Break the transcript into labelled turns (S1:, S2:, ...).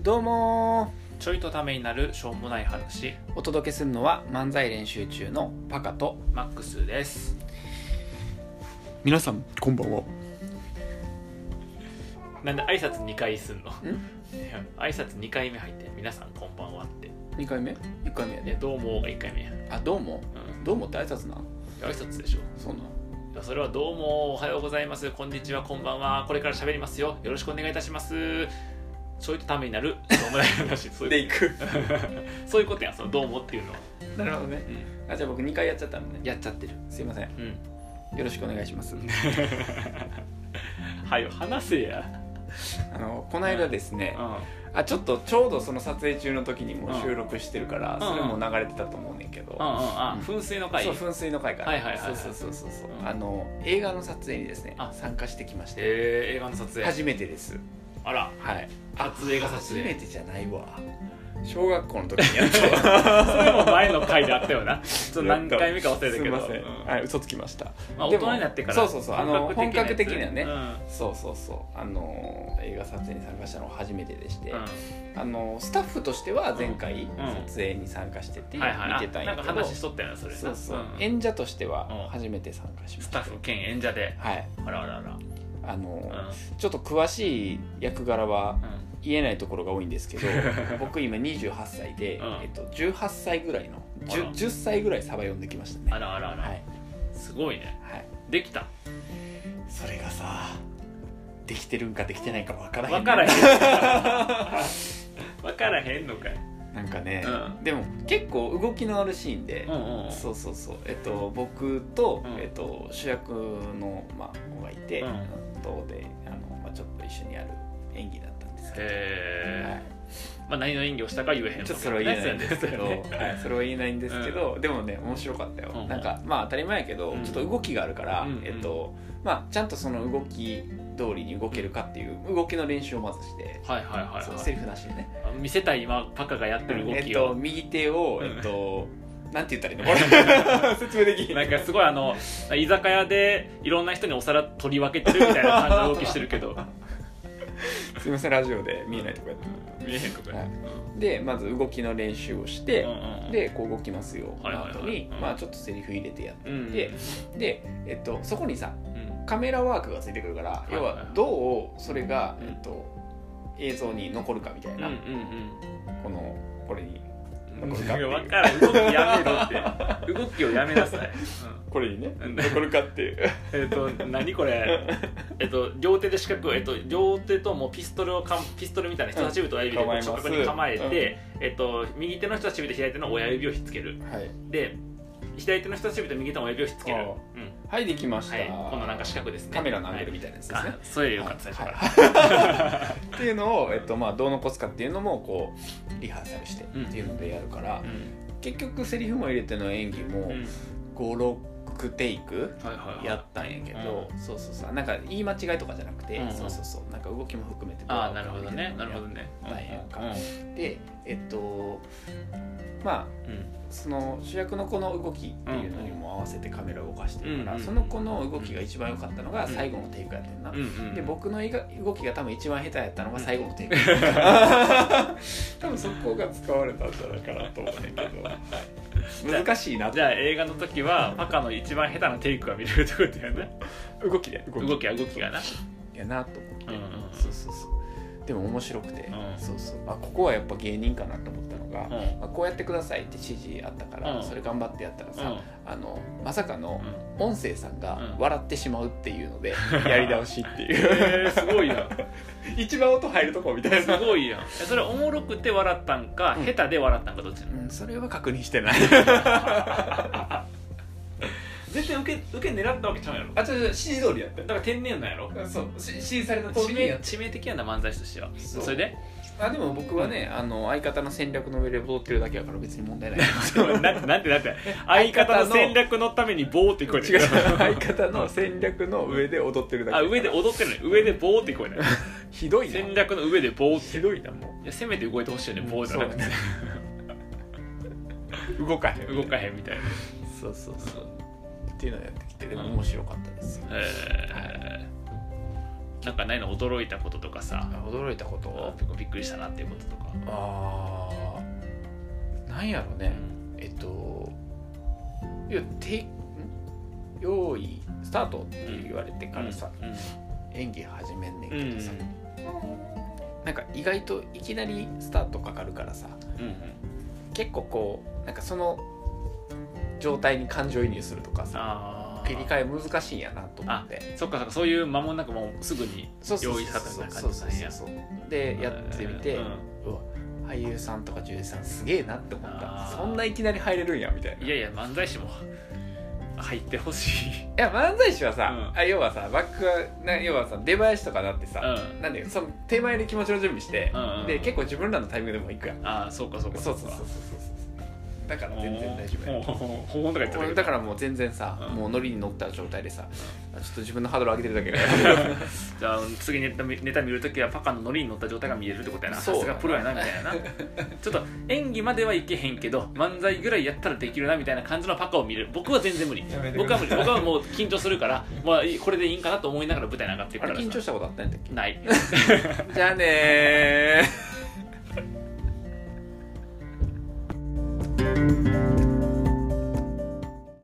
S1: どうも
S2: ちょいとためになるしょうもない話
S1: ーお届けするのは漫才練習中のパカと
S2: マックスです
S1: 皆さんこんばんは
S2: なんで挨拶2回すんのいや挨拶2回目入って皆さんこんばんはって
S1: 2回目 ?1 回目や
S2: いや
S1: で
S2: どうもが1回目や、うん、
S1: あどうもどうもって挨拶なん
S2: いや挨拶でしょ
S1: そうなん
S2: いやそれはどうもおはようございますこんにちはこんばんはこれから喋りますよよろしくお願いいたしますちょいとためになるしょうもない 話そういう
S1: いく
S2: こと そういうことやそのどうもっていうのは、
S1: なるほどね
S2: うん、
S1: あじゃあ僕2回やっちゃったんでね
S2: やっちゃってる
S1: すいません
S2: うん
S1: よろしくお願いします
S2: はよ話せや
S1: あのこの間ですね
S2: うん
S1: あちょっとちょうどその撮影中の時にも
S2: うん
S1: 収録してるから
S2: ん
S1: それも流れてたと思うねんけど
S2: うんうんあ噴水の回
S1: そう噴水の回から
S2: はいはいはいはい
S1: そうそうそうそう
S2: うん
S1: あの映画の撮影にですね
S2: あ
S1: 参加してきまして
S2: えー、映画の撮影
S1: 初めてです
S2: あら
S1: はい
S2: 初映画撮
S1: 初め
S2: 影
S1: てじゃないわ小学校の時にやった
S2: それも前の回であったよなちょっと何回目か忘れたけど
S1: すいません、
S2: うん
S1: はい、嘘つきました
S2: まあ、
S1: で
S2: 大
S1: も
S2: 人になってから
S1: そうそうそうあの本格的な
S2: やつ
S1: ね、
S2: うん
S1: そうそうそうあのー映画撮影に参加したのは初めてでして、
S2: う
S1: あのースタッフとしては前回
S2: ん
S1: 撮影に参加してて
S2: んはいはい
S1: 見てたん
S2: あな
S1: や
S2: んか
S1: けど、
S2: 話しとったよなそれな
S1: そうそう、
S2: ん
S1: 演者として
S2: うん
S1: は初めて参加しま
S2: ス
S1: し
S2: タ
S1: た、
S2: ッフ兼演者で
S1: はい
S2: あらあらあら
S1: あのー
S2: うん
S1: ちょっと詳しい役柄は言えないところが多いんですけ ど僕今28歳で、
S2: うん
S1: えっと、18歳ぐらいの 10,
S2: あら
S1: 10歳ぐらいサバ読んできましたね
S2: あらあらあら、
S1: はい、
S2: すごいね
S1: はい、
S2: できた
S1: それがさできてるんかできてないかわからへんね
S2: 分からへん分からへんの かい
S1: なんかね、
S2: う
S1: でも結構動きのあるシーンで
S2: う、んうん
S1: そうそうそうえっと僕と、
S2: うん
S1: えっと、主役の、まあ、子がいて、
S2: うん
S1: とであの、まあ、ちょっと一緒にやる演技だったんですけど、は
S2: へ
S1: い
S2: ーまあ何の演技をしたかは言えへんもんね
S1: ちょっとそれは言えないんですけど、
S2: そうやね
S1: はい、それは言えないんですけど、でもね面白かったよ、
S2: うん
S1: なんかまあ当たり前やけど、
S2: うん
S1: ちょっと動きがあるから、
S2: うんうん
S1: えっとまあ、ちゃんとその動き通りに動けるかっていう動きの練習をまずして、
S2: はいはいはい
S1: そう
S2: はい
S1: セリフなしでね、
S2: あ見せたい今パカがやってる動
S1: えっ
S2: き
S1: と
S2: を、
S1: 右手を、
S2: うん
S1: えっ となんて言ったらいいのこれ説明できひん
S2: なんかすごいあの居酒屋でいろんな人にお皿取り分けてるみたいな感じの動きしてるけど
S1: すいませんラジオで見えないとこやって
S2: 見えへんとこ
S1: は
S2: や
S1: いでまず動きの練習をして、
S2: で
S1: でこう動きますよ、
S2: はいはいはい
S1: の後に、
S2: うん
S1: まあちょっとセリフ入れてやって
S2: うんうん
S1: でで、えっと、そこにさ
S2: うん
S1: カメラワークがついてくるから、
S2: いはいはい
S1: 要はどうそれが、
S2: うん
S1: えっと、映像に残るかみたい
S2: うんう
S1: な、
S2: ん
S1: このこれに
S2: うん
S1: 残る
S2: 分
S1: か
S2: か
S1: っていう
S2: らん動きやめろって動きをやめなさい、うん
S1: これにね
S2: うん
S1: 残るかっていう
S2: えっ、と何これえっ、と両手で四角を、えっと両手ともうピストルをかんピストルみたいな人差し指と親指で
S1: うん構えます
S2: 直角に構えて、えっ、と右手の人差し指と左手の親指をひっつける
S1: はい、
S2: で左手の人差し指と右手の親指をひっつける、
S1: あ
S2: う
S1: ー
S2: ん
S1: はい、できました、
S2: はい、このなんか四角ですね
S1: カメラのアングルみたいなやつですね、
S2: あそれよかった最初から、
S1: はいっていうのを、えっとまあ、どう残すかっていうのもこうリハーサルしてって
S2: うん
S1: いうのでやるから、
S2: う
S1: 結局セリフも入れての演技も
S2: んうん
S1: 56テイク
S2: はいはいはい
S1: やったんやけど、そうそうそうなんか言い間違いとかじゃなくて、
S2: うんうん
S1: そうそうそうなんか動きも含めて
S2: ああなるほどねなるほど
S1: ね
S2: ね
S1: はいはい
S2: うん
S1: でえっとまあ
S2: うん
S1: その主役の子の動きっていうのにも合わせてカメラを動かしてるから、
S2: うんうん
S1: その子の動きが一番良かったのが
S2: うん
S1: 最後のテイクやってんな、
S2: うんうん
S1: で僕のいが動きが多分一番下手やったのが最後のテイク 多分そこが使われたんじゃないかなと思うんだけど、 はい難しいな
S2: じゃあ映画の時はパカの一番下手なテイクが見れるってことやね
S1: 動きで
S2: 動きは動きがな
S1: やなと思って、
S2: うんうんうん
S1: そうそうそうでも面白くて、
S2: うん
S1: そうそうあここはやっぱ芸人かなと思ったのが、
S2: うん
S1: まあ、こうやってくださいって指示あったから、
S2: うん
S1: それ頑張ってやったらさ、あのまさかの
S2: うんうん
S1: 音声さん
S2: う
S1: が
S2: ん
S1: 笑ってしまうっていう ので、やり直しっていう
S2: えー、すごいやん
S1: 一番音入るとこみたい
S2: す
S1: な、
S2: ごいやんえそれおもろくて笑ったんか、
S1: うん
S2: 下手で笑ったんかどっちな
S1: う
S2: の
S1: ん、それは確認してない
S2: 絶対受け受け狙ったわけちゃうやろだ
S1: あちょっと指示通りやった
S2: から天然なんやろ
S1: そうし指示された通
S2: 致
S1: りにや
S2: 命
S1: っ
S2: 致命的やな漫才師としては
S1: そう
S2: それで
S1: たあでも僕はね、あの相方の戦略の上で踊ってるだけやから別に問 題ない
S2: なんてなんてなんて相方の戦略のために棒って聞こえて
S1: 違う 相方の戦略の上で踊ってるだけ
S2: あ上で踊ってるのに上で棒って聞こえない
S1: ひどいな
S2: 戦略の上で棒って
S1: ひどいなも
S2: いやせめて動いてほしいよね棒じゃなくて
S1: う動かへん
S2: 動かへんみたいな
S1: そうそうそうっていうのをやってきてでも
S2: うん
S1: 面白かったですよ
S2: えなんかないの驚いたこととかさ
S1: 驚いたこと
S2: 結構びっくりしたなっていうこととか、
S1: あーなんやろねえっといやてん用意スタートって言われてからさ、
S2: うん
S1: 演技始めんねん
S2: うん
S1: けどさ、なんか意外といきなりスタートかかるからさ
S2: うんうん
S1: 結構こうなんかその状態に感情移入するとかさ
S2: あー
S1: 切り替え難しいんやなと思って
S2: そっかそっかそういう間もなくもうすぐに
S1: そうそう
S2: 用意
S1: そ
S2: さ
S1: う
S2: せ
S1: そ
S2: た
S1: う
S2: 感じ
S1: そ
S2: な
S1: うん
S2: や
S1: そうでやってみて、
S2: う
S1: うんわ俳優さんとか女優さんすげえなって思った
S2: あー
S1: そんないきなり入れるんやみたいない
S2: やいや漫才師も入ってほしい
S1: いや漫才師はさ、
S2: うん
S1: あ要はさバックはな要はさ出囃子とかだってさ、
S2: うん
S1: なんでその手前で気持ちの準備して、
S2: うんうんうん
S1: で結構自分らのタイミングでも行くやん、
S2: ああそうかそうか
S1: そうそうそうそうそ
S2: か
S1: うだから全然大丈夫
S2: も
S1: や
S2: う本とか言ってたけ
S1: 俺
S2: ど
S1: だからもう全然さ、
S2: うん
S1: もうノリに乗った状態でさ、あちょっと自分のハードル上げてるだ けで
S2: じゃあ次ネタ見ネタ見るときはパカのノリに乗った状態が見えるってことやな
S1: そ
S2: さ
S1: う
S2: すがプロやなみたい ななちょっと演技まではいけへんけど漫才ぐらいやったらできるなみたいな感じのパカを見る僕は全然無理
S1: やめてく
S2: 僕
S1: だ
S2: は
S1: さ
S2: 無
S1: い
S2: 理僕はもう緊張するから、まあ、いいこれでいいんかなと思いながら舞台に上がっていく
S1: あ
S2: か
S1: れ
S2: ら
S1: 緊張したことあったんだっ
S2: ない
S1: けじゃあねー